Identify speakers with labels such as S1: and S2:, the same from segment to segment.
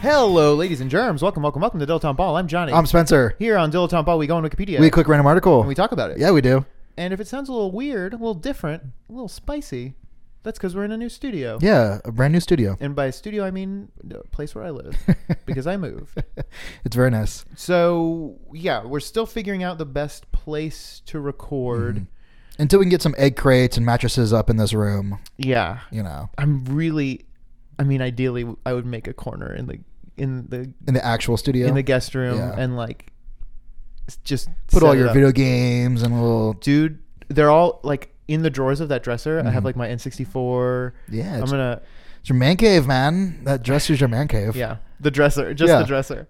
S1: Hello, ladies and germs. Welcome, welcome, welcome to Dilettante Ball. I'm Johnny.
S2: I'm Spencer.
S1: here on Dilettante Ball. We go on Wikipedia
S2: We click random article.
S1: and we talk about it.
S2: yeah, we do.
S1: And if it sounds a little weird, a little different, a little spicy, that's because we're in a new studio.
S2: Yeah, a brand new studio.
S1: And by studio, I mean the place where I live because I moved.
S2: It's very nice.
S1: So yeah, we're still figuring out the best place to record.
S2: Mm-hmm. Until we can get some egg crates and mattresses up in this room,
S1: Yeah,
S2: you know,
S1: I'm really. I mean, ideally, I would make a corner in the in the
S2: in the actual studio.
S1: in the guest room
S2: Yeah.
S1: and like s- just
S2: Put all
S1: set it
S2: your
S1: up.
S2: video games and little.
S1: dude they're all like in the drawers of that dresser i have like my n64
S2: Mm-hmm. Yeah,
S1: i'm
S2: it's,
S1: gonna
S2: it's your man cave, man. That dress is your man cave.
S1: yeah the dresser just
S2: Yeah.
S1: the dresser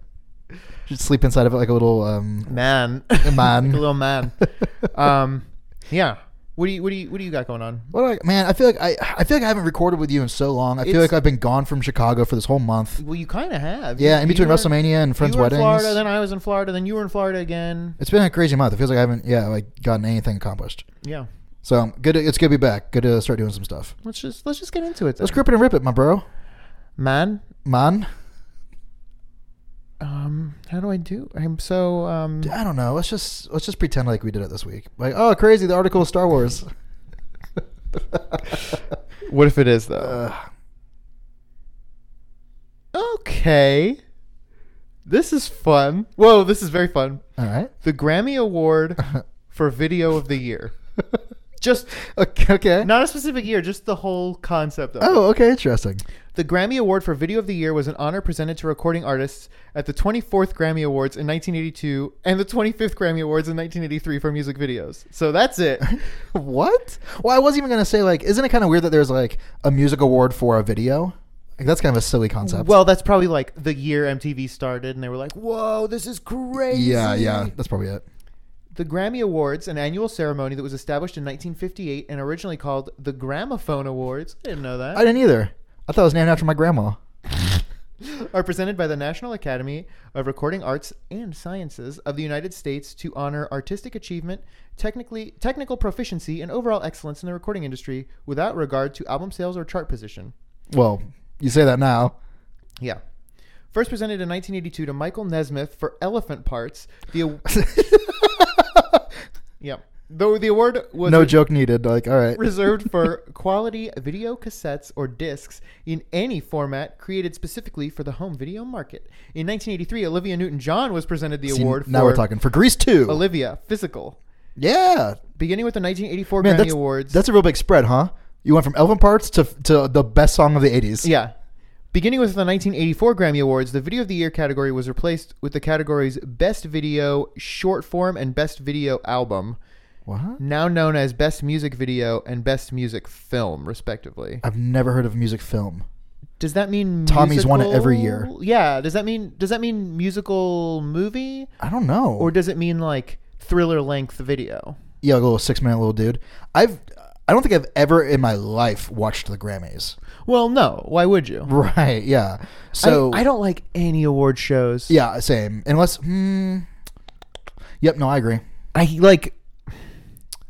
S2: Just sleep inside of it like a little. Um,
S1: man
S2: man.
S1: Like a little man um yeah what do you what do you what do you got going on
S2: what I, man, I feel like I, I feel like I haven't recorded with you in so long. I feel
S1: It's-
S2: like I've been gone from Chicago for this whole month.
S1: well you kind of have
S2: Yeah,
S1: You-
S2: in between
S1: you were-
S2: WrestleMania and friends'
S1: you were in
S2: weddings.
S1: florida then i was in florida then you were in florida again
S2: it's been a crazy month. It feels like I haven't, yeah, like gotten anything accomplished.
S1: yeah
S2: So good. To, it's good to be back. Good to start doing some stuff.
S1: let's just let's just get into it
S2: Let's
S1: then.
S2: grip it and rip it, my bro.
S1: man
S2: Man,
S1: um how do i do i'm so um
S2: I don't know. Let's just let's just pretend like we did it this week. Like, oh, crazy! The article of Star Wars.
S1: what if it is though
S2: Uh,
S1: Okay. This is fun. Whoa, this is very fun.
S2: all right.
S1: The Grammy Award for Video of the Year. Just
S2: Okay. okay.
S1: not a specific year, just the whole concept of it.
S2: Oh, okay. Interesting.
S1: The Grammy Award for Video of the Year was an honor presented to recording artists at the 24th Grammy Awards in 1982 and the 25th Grammy Awards in 1983 for music videos. So that's it.
S2: What? Well, I wasn't even gonna say like, isn't it kind of weird that there's like a music award for a video? Like that's kind of a silly concept.
S1: well, that's probably like the year MTV started and they were like, "Whoa, this is crazy."
S2: yeah, yeah. That's probably it.
S1: The Grammy Awards, an annual ceremony that was established in 1958 and originally called the Gramophone Awards, I didn't know that,
S2: I didn't either. I thought it was named after my grandma.
S1: are presented by the National Academy of Recording Arts and Sciences of the United States to honor artistic achievement, technically technical proficiency, and overall excellence in the recording industry without regard to album sales or chart position.
S2: Well, you say that now.
S1: Yeah. First presented in 1982 to Michael Nesmith for Elephant Parts. The aw- yeah. Though the award was
S2: no joke needed. Like, all right.
S1: reserved for quality video cassettes or discs in any format created specifically for the home video market. In 1983, Olivia Newton-John was presented the
S2: See,
S1: award
S2: now
S1: for
S2: we're talking for Grease two.
S1: Olivia Physical.
S2: yeah.
S1: Beginning with the 1984 Grammy
S2: that's,
S1: Awards.
S2: That's a real big spread, huh? You went from Elvin Parts to to the best song of the '80s.
S1: yeah. Beginning with the 1984 Grammy Awards, the Video of the Year category was replaced with the categories Best Video, Short Form, and Best Video Album,
S2: What?
S1: now known as Best Music Video and Best Music Film, respectively.
S2: I've never heard of music film.
S1: Does that mean
S2: Tommy's won it every
S1: musical- Yeah. Does that mean does that mean musical movie
S2: I don't know.
S1: or does it mean like thriller length video?
S2: yeah, like a little six minute little dude. I've I don't think I've ever in my life watched the Grammys.
S1: Well, no. Why would you?
S2: Right? Yeah. So
S1: I, I don't like any award shows.
S2: Yeah, same. Unless, hmm. Yep. No, I agree.
S1: I like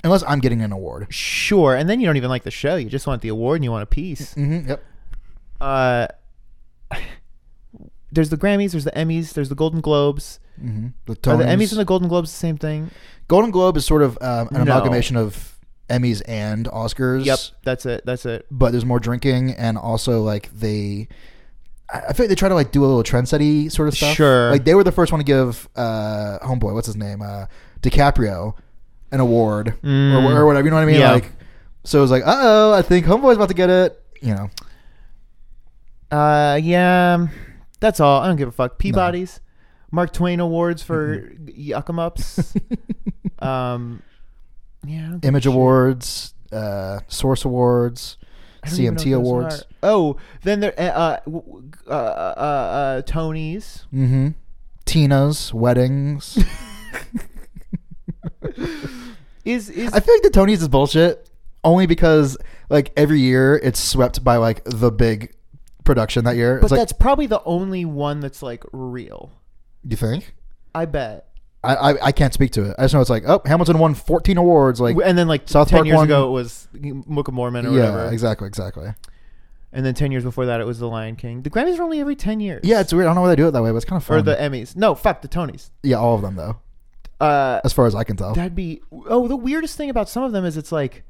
S2: Unless I'm getting an award.
S1: sure, and then you don't even like the show. You just want the award and you want a piece.
S2: Mm-hmm, yep.
S1: Uh, there's the Grammys, there's the Emmys, there's the Golden Globes.
S2: Mm-hmm. The,
S1: Are the
S2: Tonys.
S1: Emmys and the Golden Globes the same thing?
S2: Golden Globe is sort of um, an
S1: No.
S2: amalgamation of Emmys and Oscars.
S1: Yep, that's it. That's it.
S2: but there's more drinking and also like they I I feel like they try to like do a little trendsetty sort of stuff.
S1: Sure.
S2: Like they were the first one to give uh homeboy, what's his name? Uh DiCaprio an award
S1: Mm.
S2: or, or whatever, you know what I mean?
S1: Yeah.
S2: Like so it was like, "Uh oh, I think homeboy's about to get it." You know.
S1: um, Uh, yeah, that's all. I don't give a fuck. Peabody's. Mark Twain awards for
S2: Mm-hmm.
S1: yuck 'em ups. um, yeah, I don't give
S2: Image
S1: a shit.
S2: Awards, uh, Source Awards,
S1: I don't even know
S2: CMT
S1: what those
S2: Awards.
S1: are. Oh, then there uh, uh, w- w- uh, uh, uh, Tonys.
S2: Mm-hmm. Tina's weddings.
S1: Is is
S2: I feel like the Tonys is bullshit only because like every year it's swept by like the big production that year.
S1: but
S2: it's like
S1: that's probably the only one that's like real.
S2: you think?
S1: I bet.
S2: I, I I can't speak to it. I just know it's like oh Hamilton won 14 awards. Like
S1: and then like
S2: South
S1: ten
S2: Park
S1: years
S2: won-
S1: ago it was Book of Mormon or
S2: yeah,
S1: whatever,
S2: exactly, exactly.
S1: and then ten years before that it was The Lion King. The Grammys are only every ten years.
S2: Yeah, um, it's weird. I don't know why they do it that way, but it's kind of
S1: or
S2: fun.
S1: the Emmys. No, fuck the Tonys.
S2: yeah, all of them though,
S1: Uh,
S2: as far as I can tell.
S1: that'd be oh the weirdest thing about some of them is it's like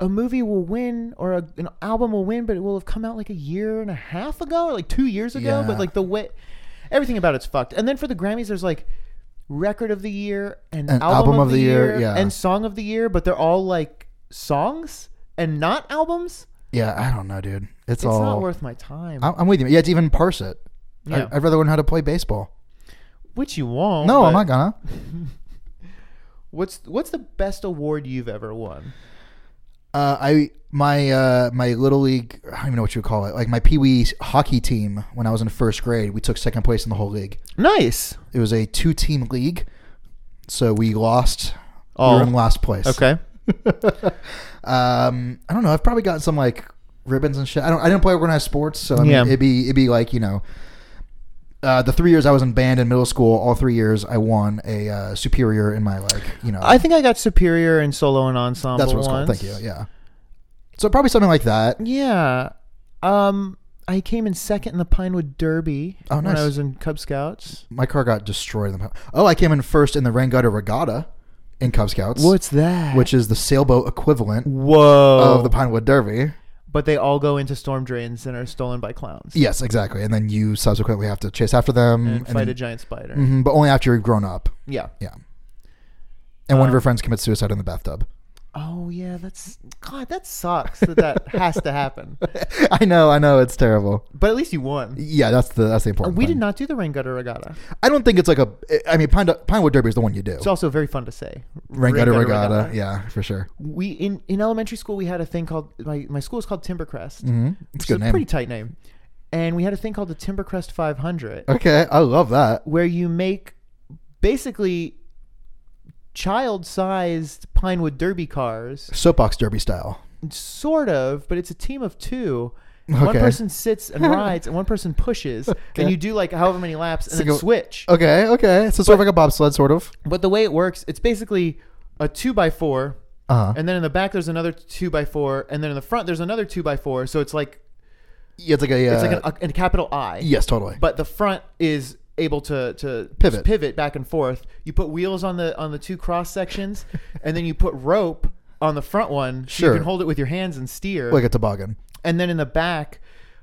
S1: a movie will win or a, an album will win but it will have come out like a year and a half ago or like two years ago
S2: Yeah.
S1: but like the way everything about it's fucked and then for the grammys there's like record of the year and,
S2: And
S1: album, of, the, year,
S2: yeah.
S1: and song of the year but they're all like songs and not albums
S2: yeah, I don't know, dude. It's,
S1: it's
S2: all.
S1: not worth my time
S2: I'm, I'm with you. Yeah, to even parse it,
S1: Yeah.
S2: I, I'd rather learn how to play baseball.
S1: which you won't
S2: No, I'm
S1: but
S2: not gonna.
S1: what's what's the best award you've ever won
S2: Uh, I my uh, my little league. I don't even know what you would call it. Like my pee wee hockey team. When I was in first grade, we took second place in the whole league.
S1: nice
S2: It was a two team league, so we lost. We
S1: Oh.
S2: were in last place.
S1: okay
S2: Um, I don't know. I've probably gotten some like ribbons and shit. I don't. I didn't play organized sports, so I mean,
S1: Yeah.
S2: it'd be it'd be like you know. Uh, the three years I was in band in middle school, all three years I won a uh, superior in my like you know
S1: I think I got superior and solo and ensemble.
S2: that's what it's called.
S1: once.
S2: Thank you. Yeah. So probably something like that.
S1: Yeah. Um, I came in second in the Pinewood Derby
S2: Oh,
S1: when
S2: nice.
S1: I was in Cub Scouts.
S2: My car got destroyed. In the, oh, I came in first in the Rangutta Regatta in Cub Scouts,
S1: that?
S2: which is the sailboat equivalent
S1: whoa.
S2: of the Pinewood Derby.
S1: but they all go into storm drains and are stolen by clowns.
S2: Yes, exactly. And then you subsequently have to chase after them,
S1: And, fight
S2: then-
S1: a giant spider.
S2: Mhm, but only after you've grown up.
S1: Yeah.
S2: Yeah. And one of
S1: Um,
S2: her friends commits suicide in the bathtub.
S1: Oh yeah, that's God. That sucks that that has to happen.
S2: I know, I know, it's terrible.
S1: But at least you won.
S2: Yeah, that's the that's the important.
S1: We did
S2: thing.
S1: not do the rain gutter regatta.
S2: I don't think it's like a. I mean, Pine, Pinewood Derby is the one you do.
S1: It's also very fun to say.
S2: Rain Gutter
S1: Rain gutter
S2: Regatta, yeah, for sure.
S1: We in, in elementary school we had a thing called my, my school is called Timbercrest.
S2: hmm It's a
S1: It's
S2: good
S1: a
S2: name.
S1: pretty tight name. And we had a thing called the Timbercrest 500,
S2: okay, I love that.
S1: where you make basically child-sized Pinewood Derby cars,
S2: Soapbox Derby style.
S1: sort of, but it's a team of two. One
S2: Okay.
S1: person sits and rides, and one person pushes, and you do like however many laps, and
S2: So
S1: then
S2: go-
S1: switch.
S2: Okay, okay. So sort of like a bobsled, sort of.
S1: But the way it works, it's basically a two by four,
S2: Uh huh.
S1: and then in the back there's another two by four, and then in the front there's another two by four. So it's like
S2: It's like a. Uh,
S1: it's like an, a, a capital I.
S2: yes, totally.
S1: but the front is able to to
S2: Pivot.
S1: pivot back and forth. You put wheels on the on the two cross sections, and then you put rope on the front one. So
S2: Sure.
S1: you can hold it with your hands and steer.
S2: like a toboggan.
S1: and then in the back,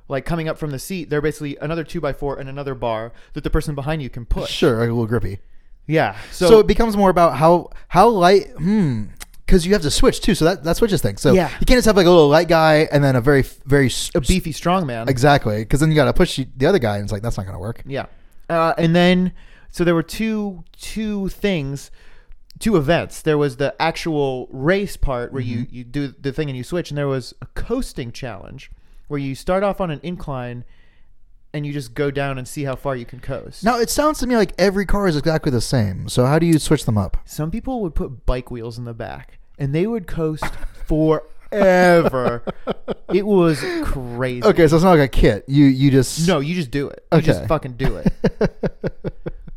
S1: like coming up from the seat, they're basically another two by four and another bar that the person behind you can push.
S2: Sure, like a little grippy.
S1: Yeah.
S2: So,
S1: So,
S2: it becomes more about how how light. Hmm. Because you have to switch too, so that that switches things. So
S1: Yeah.
S2: you can't just have like a little light guy and then a very very s-
S1: a beefy strongman.
S2: Exactly, because then you got to push the other guy, and it's like that's not going to work.
S1: Yeah. Uh, and then so there were two two things, two events. There was the actual race part where
S2: Mm-hmm.
S1: you you do the thing and you switch, and there was a coasting challenge where you start off on an incline and you just go down and see how far you can coast.
S2: Now it sounds to me like every car is exactly the same. So how do you switch them up?
S1: Some people would put bike wheels in the back and they would coast forever. it was crazy.
S2: Okay, so it's not like a kit. You you just
S1: No, you just do it. You just
S2: Okay.
S1: fucking do it.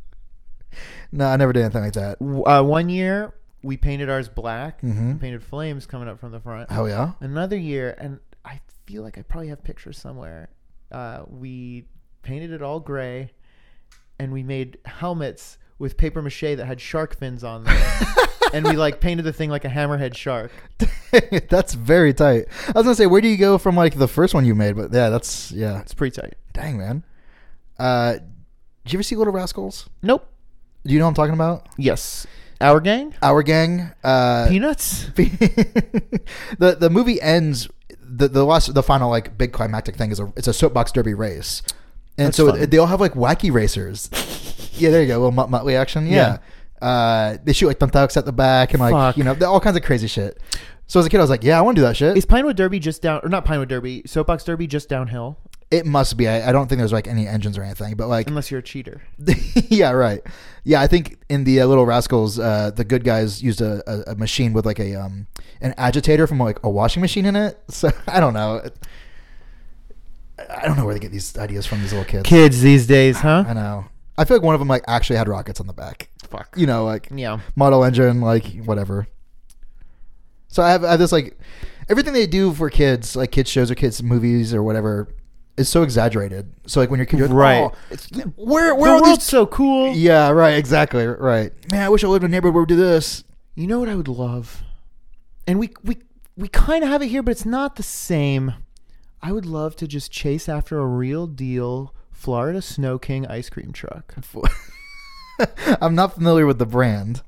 S2: no. I never did anything like that.
S1: uh, one year we painted ours black and painted flames coming up from the front
S2: Hell yeah.
S1: another year and i feel like i probably have pictures somewhere uh, we painted it all gray and we made helmets with paper mache that had shark fins on them and we like painted the thing like a hammerhead shark
S2: that's very tight. I was gonna say, where do you go from like the first one you made? But yeah, that's yeah.
S1: it's pretty tight
S2: Dang man. Uh, did you ever see Little Rascals?
S1: nope
S2: Do you know what I'm talking about?
S1: yes our gang
S2: Our gang. Uh,
S1: peanuts
S2: the the movie ends. The, the last the final like big climactic thing is a it's a soapbox derby race, and
S1: That's
S2: so
S1: fun.
S2: it, they all have like wacky racers. Yeah, there you go. A little mutt mutt action. Yeah. Uh, they shoot like thumbtacks at the back and like
S1: Fuck.
S2: you know all kinds of crazy shit. So as a kid, I was like, yeah, I want to do that shit.
S1: Is Pinewood Derby just down, or not Pinewood Derby, Soapbox Derby just downhill?
S2: it must be. I, I don't think there's like any engines or anything, but like,
S1: Unless you're a cheater.
S2: yeah, right. Yeah, I think in the uh, Little Rascals, uh, the good guys used a, a, a machine with like a um an agitator from like a washing machine in it. So I don't know. I don't know where they get these ideas from. These little kids.
S1: Kids these days, huh?
S2: I know. I feel like one of them like actually had rockets on the back.
S1: Fuck.
S2: You know, like
S1: Yeah.
S2: model engine, like whatever. So I have, I have this like everything they do for kids, like kids shows or kids movies or whatever, is so exaggerated. So like when you're a kid, you're like,
S1: Right.
S2: "Oh, it's- where where
S1: the
S2: are
S1: world's
S2: these?
S1: so cool.
S2: yeah, right, exactly, right. Man, I wish I lived in a neighborhood where we do this.
S1: You know what I would love? And we we we kind of have it here, but it's not the same. I would love to just chase after a real deal Florida Snow King ice cream truck.
S2: I'm not familiar with the brand.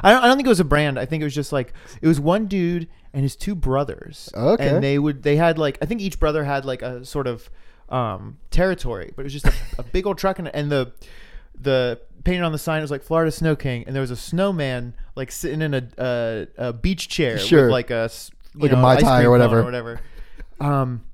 S1: I don't, I don't think it was a brand. I think it was just like it was one dude and his two brothers.
S2: Okay.
S1: And they would they had like I think each brother had like a sort of um, territory, but it was just a, a big old truck and, and the the painted on the sign was like Florida Snow King, and there was a snowman like sitting in a a, a beach chair
S2: Sure.
S1: with like a s- you
S2: Like a
S1: know,
S2: Mai
S1: ice
S2: Tai or
S1: cream cone
S2: whatever.
S1: or whatever. Um,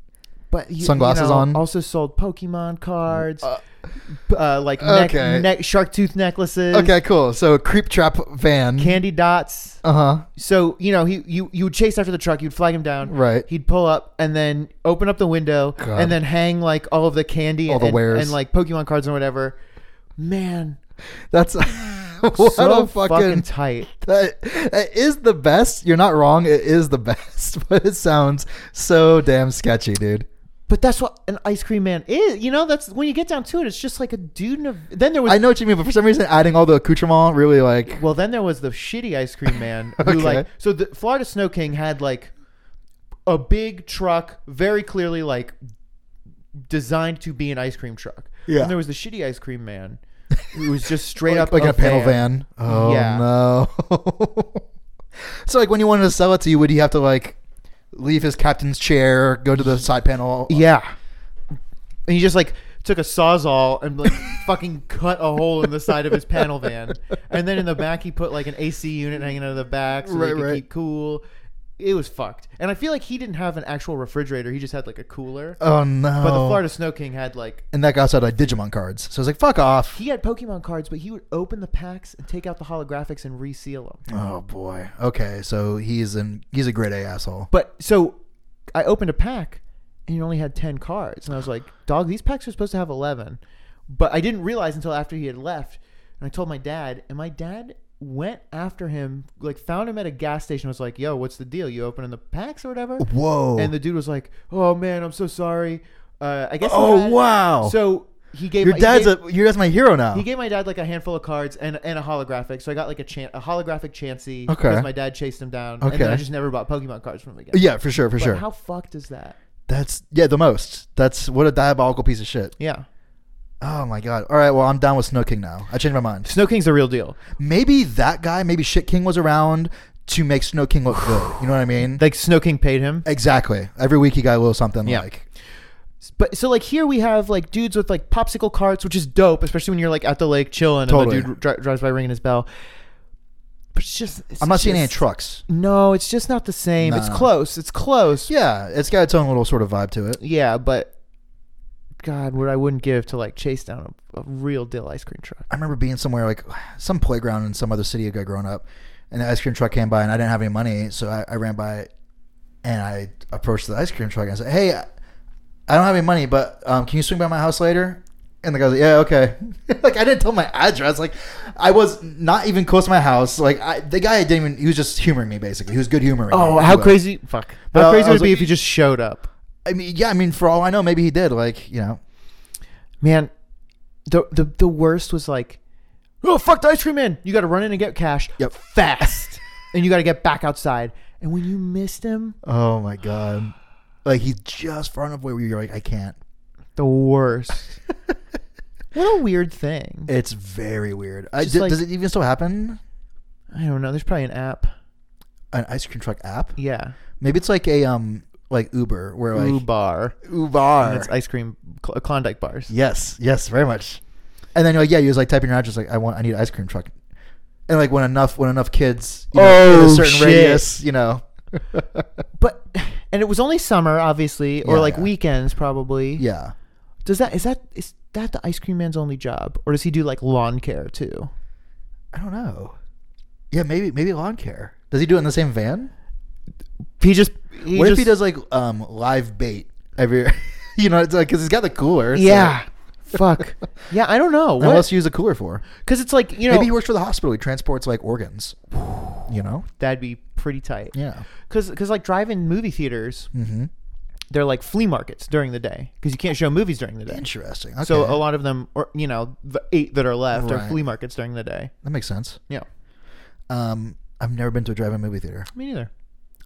S1: but you- you
S2: Sunglasses
S1: know,
S2: on?
S1: Also sold Pokemon cards, uh, like neck,
S2: okay.
S1: neck shark tooth necklaces.
S2: Okay, cool. So creep trap van.
S1: Candy dots.
S2: uh huh.
S1: So you know he you you would chase after the truck. You'd flag him down.
S2: Right.
S1: He'd pull up and then open up the window
S2: God.
S1: and then hang like all of the candy
S2: All the
S1: and,
S2: wares.
S1: and like Pokemon cards and whatever. Man,
S2: That's what
S1: so
S2: a
S1: fucking,
S2: fucking
S1: tight.
S2: That, that is the best. You're not wrong. It is the best, but it sounds so damn sketchy, dude.
S1: But that's what an ice cream man is. You know, that's when you get down to it. It's just like a dude. In a, then there was
S2: I know what you mean, but for some reason, adding all the accoutrement really like
S1: well, then there was the shitty ice cream man who
S2: Okay.
S1: like so the Florida Snow King had like a big truck, very clearly like designed to be an ice cream truck.
S2: Yeah.
S1: And there was the shitty ice cream man. It was just straight
S2: like,
S1: up
S2: like a, panel van. Oh
S1: Yeah.
S2: no! so like when you wanted to sell it to you, would you have to like leave his captain's chair, go to the side panel?
S1: Yeah. And he just like took a sawzall and like fucking cut a hole in the side of his panel van. And then in the back he put like an AC unit hanging out of the back so
S2: Right,
S1: they could
S2: right.
S1: keep cool. It was fucked. And I feel like he didn't have an actual refrigerator. He just had like a cooler.
S2: Oh no!
S1: But the Florida Snow King had like
S2: and that guy also had like Digimon cards. So I was like, fuck off.
S1: he had Pokemon cards, but he would open the packs and take out the holographics and reseal them.
S2: Oh boy. Okay, so he's an he's a grade A asshole.
S1: But so I opened a pack and he only had ten cards, and I was like, "Dog, these packs are supposed to have 11. But I didn't realize until after he had left, and I told my dad, and my dad went after him, like found him at a gas station, was like, "Yo, what's the deal? You opening the packs or whatever?"
S2: Whoa.
S1: And the dude was like, "Oh man, I'm so sorry. Uh, I guess." he
S2: oh
S1: had-"
S2: wow.
S1: So he gave
S2: Your
S1: he
S2: dad's
S1: gave-
S2: a your dad's my hero now.
S1: He gave my dad like a handful of cards and and a holographic, so I got like a chan- a holographic Chansey
S2: Okay.
S1: because my dad chased him down, and
S2: Okay.
S1: then I just never bought Pokemon cards from him again.
S2: yeah, for sure, for
S1: But
S2: sure.
S1: How fucked is that?
S2: That's yeah, the most. That's what a diabolical piece of shit.
S1: Yeah,
S2: Oh my god. All right, well I'm down with Snow King now. I changed my mind.
S1: Snow King's the real deal.
S2: Maybe that guy, maybe Shit King was around to make Snow King look good. You know what I mean?
S1: Like Snow King paid him,
S2: exactly. Every week he got a little something
S1: Yeah.
S2: like.
S1: but so like here we have like dudes with like popsicle carts, which is dope, especially when you're like at the lake chilling
S2: Totally.
S1: and the dude dri- drives by ringing his bell. But it's just it's
S2: I'm not seeing any
S1: just-
S2: trucks.
S1: No, it's just not the same. It's
S2: No.
S1: close. It's close.
S2: Yeah, it's got its own little sort of vibe to it.
S1: yeah, but God, what I wouldn't give to like chase down a, a real deal ice cream truck.
S2: I remember being somewhere like some playground in some other city I got grown up, and the ice cream truck came by, and I didn't have any money, so I, I ran by, and I approached the ice cream truck and I said, "Hey, I I don't have any money, but um, can you swing by my house later?" And the guy's like, "Yeah, okay." like I didn't tell my address. Like I was not even close to my house. Like I, the guy didn't even. He was just humoring me basically. He was good humoring.
S1: Oh,
S2: me.
S1: how
S2: But-
S1: crazy! Fuck,
S2: But
S1: how
S2: I-
S1: crazy
S2: I
S1: would
S2: was
S1: it be
S2: like-
S1: if you just showed up,
S2: I mean, yeah. I mean, for all I know, maybe he did. Like you know.
S1: man. The the the worst was like, oh fuck the ice cream man! You got to run in and get cash
S2: Yep.
S1: fast, and you got to get back outside. And when you missed him,
S2: Oh my god. Like he's just far enough away where you're like, I can't.
S1: the worst. what a weird thing.
S2: It's very weird. I,
S1: Just
S2: d-
S1: like-
S2: does it even still happen?
S1: I don't know. There's probably an app.
S2: An ice cream truck app?
S1: Yeah,
S2: Maybe it's like a um like Uber where like
S1: Ooh bar.
S2: Uber.
S1: And it's ice cream cl- uh, Klondike bars.
S2: yes, yes, very much. And then like yeah, you was like typing your address like I want I need an ice cream truck. And like when enough when enough kids you know, in
S1: Oh,
S2: a certain
S1: shit.
S2: radius, you know.
S1: But and it was only summer, obviously, or
S2: Yeah,
S1: like
S2: yeah.
S1: weekends, probably.
S2: Yeah.
S1: Does that is that is that the ice cream man's only job, or does he do like lawn care too?
S2: I don't know. Yeah, maybe maybe lawn care. Does he do it in the same van?
S1: He just. He
S2: what
S1: just,
S2: if he does like um live bait every you know, it's like cuz he's got the cooler. so-
S1: Yeah. Fuck. Yeah, I don't know.
S2: And What's
S1: What?
S2: you use a cooler for?
S1: Because it's like you know
S2: Maybe he works for the hospital. He transports like organs. You know?
S1: that'd be pretty tight.
S2: Yeah.
S1: Because like drive-in movie theaters,
S2: Mm-hmm.
S1: they're like flea markets during the day because you can't show movies during the day.
S2: Interesting. Okay.
S1: So a lot of them, or you know, the eight that are left are
S2: Right.
S1: flea markets during the day.
S2: that makes sense.
S1: Yeah,
S2: Um, I've never been to a drive-in movie theater.
S1: me neither.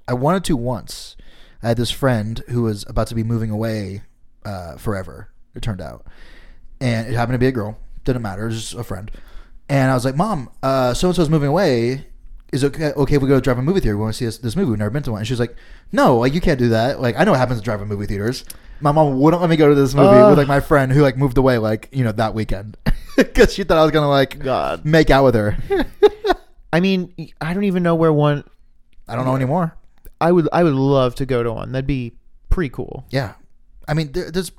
S2: I wanted to once. I had this friend who was about to be moving away uh, forever. It turned out, and it happened to be a girl. Didn't matter. It was just a friend. And I was like, "Mom, so and so's moving away. Is it okay, okay if we go to drive a movie theater? We want to see this, this movie. We've never been to one." And she was like, "No, like you can't do that. Like I know what happens at drive-in movie theaters. My mom wouldn't let me go to this movie
S1: Ugh.
S2: with like my friend who like moved away like you know that weekend because she thought I was gonna like
S1: God.
S2: make out with her.
S1: I mean, I don't even know where one.
S2: I don't know anymore.
S1: I would I would love to go to one. That'd be pretty cool.
S2: Yeah, I mean, there, there's,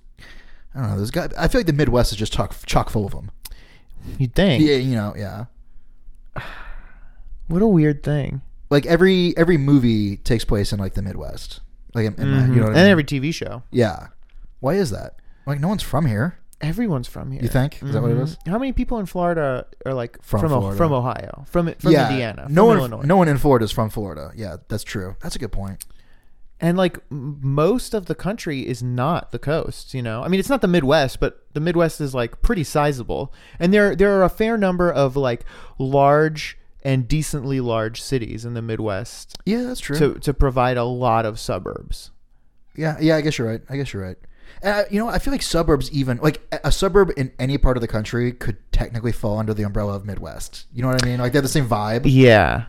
S2: I don't know, there's got. I feel like the Midwest is just chock chock full of them.
S1: You'd think.
S2: Yeah, you know, yeah.
S1: What a weird thing.
S2: Like every every movie takes place in like the Midwest. Like in, in my- you know, what
S1: Mm-hmm. and
S2: I mean?
S1: every TV show,
S2: yeah. Why is that? Like no one's from here.
S1: everyone's from here.
S2: You think is that what it is?
S1: How many people in Florida are like
S2: From
S1: from from, O-
S2: Florida.
S1: from Ohio, from from
S2: yeah.
S1: Indiana,
S2: no
S1: from
S2: one,
S1: Illinois?
S2: no one in Florida is from Florida. Yeah, that's true. That's a good point.
S1: And like m- most of the country is not the coast, you know. I mean, it's not the Midwest, but the Midwest is like pretty sizable, and there there are a fair number of like large and decently large cities in the Midwest
S2: Yeah, that's true.
S1: to to provide a lot of suburbs.
S2: Yeah, yeah, I guess you're right. I guess you're right. And I, you know, I feel like suburbs, even like a- a suburb in any part of the country, could technically fall under the umbrella of Midwest. You know what I mean? Like they have the same vibe.
S1: Yeah,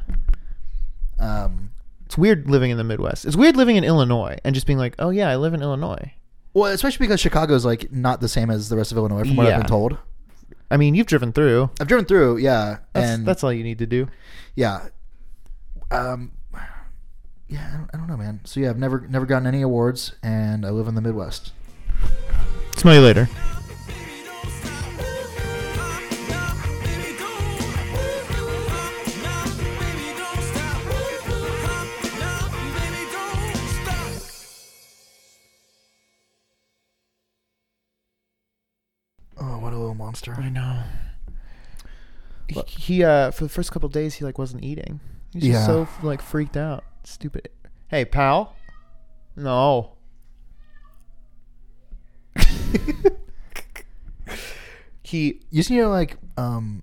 S2: Um,
S1: it's weird living in the Midwest. It's weird living in Illinois and just being like, oh yeah, I live in Illinois.
S2: well, especially because Chicago is like not the same as the rest of Illinois, from what
S1: Yeah.
S2: I've been told.
S1: I mean, you've driven through.
S2: I've driven through, yeah,
S1: That's,
S2: and
S1: that's all you need to do.
S2: yeah, um, yeah. I don't, I don't know, man. So yeah, I've never never gotten any awards, and I live in the Midwest.
S1: Smell you later.
S2: Oh, what a little monster!
S1: I know. He, he, uh for the first couple days he like wasn't eating. He's
S2: Yeah.
S1: just so like freaked out. Stupid. Hey, pal. No. he
S2: You just need to like, um,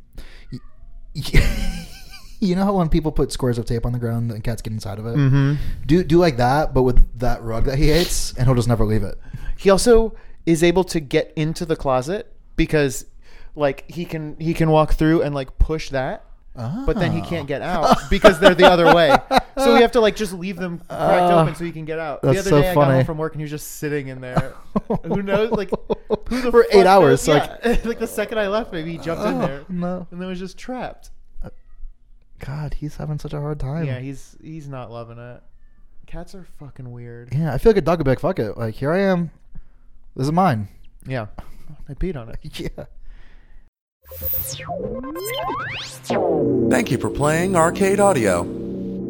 S2: y- y- you know how when people put squares of tape on the ground and cats get inside of it?
S1: mhm.
S2: Do do like that, but with that rug that he hates, and he'll just never leave it.
S1: He also is able to get into the closet because like he can he can walk through and like push that. But then he
S2: Oh.
S1: can't get out because they're the other way. So we have to like just leave them cracked
S2: Ah,
S1: open so he can get out.
S2: that's
S1: the other
S2: so
S1: day I got
S2: funny.
S1: home from work and he was just sitting in there. who knows? Like who the
S2: For
S1: fuck
S2: eight
S1: knows?
S2: hours, Oh,
S1: Yeah. like the second I left, maybe he jumped in there
S2: no,
S1: and then was just trapped.
S2: God, he's having such a hard time.
S1: Yeah, he's he's not loving it. Cats are fucking weird.
S2: Yeah, I feel like a dog would be like, fuck it. Like, here I am. This is mine.
S1: Yeah, I peed on it.
S2: Yeah.
S3: Thank you for playing Arcade Audio.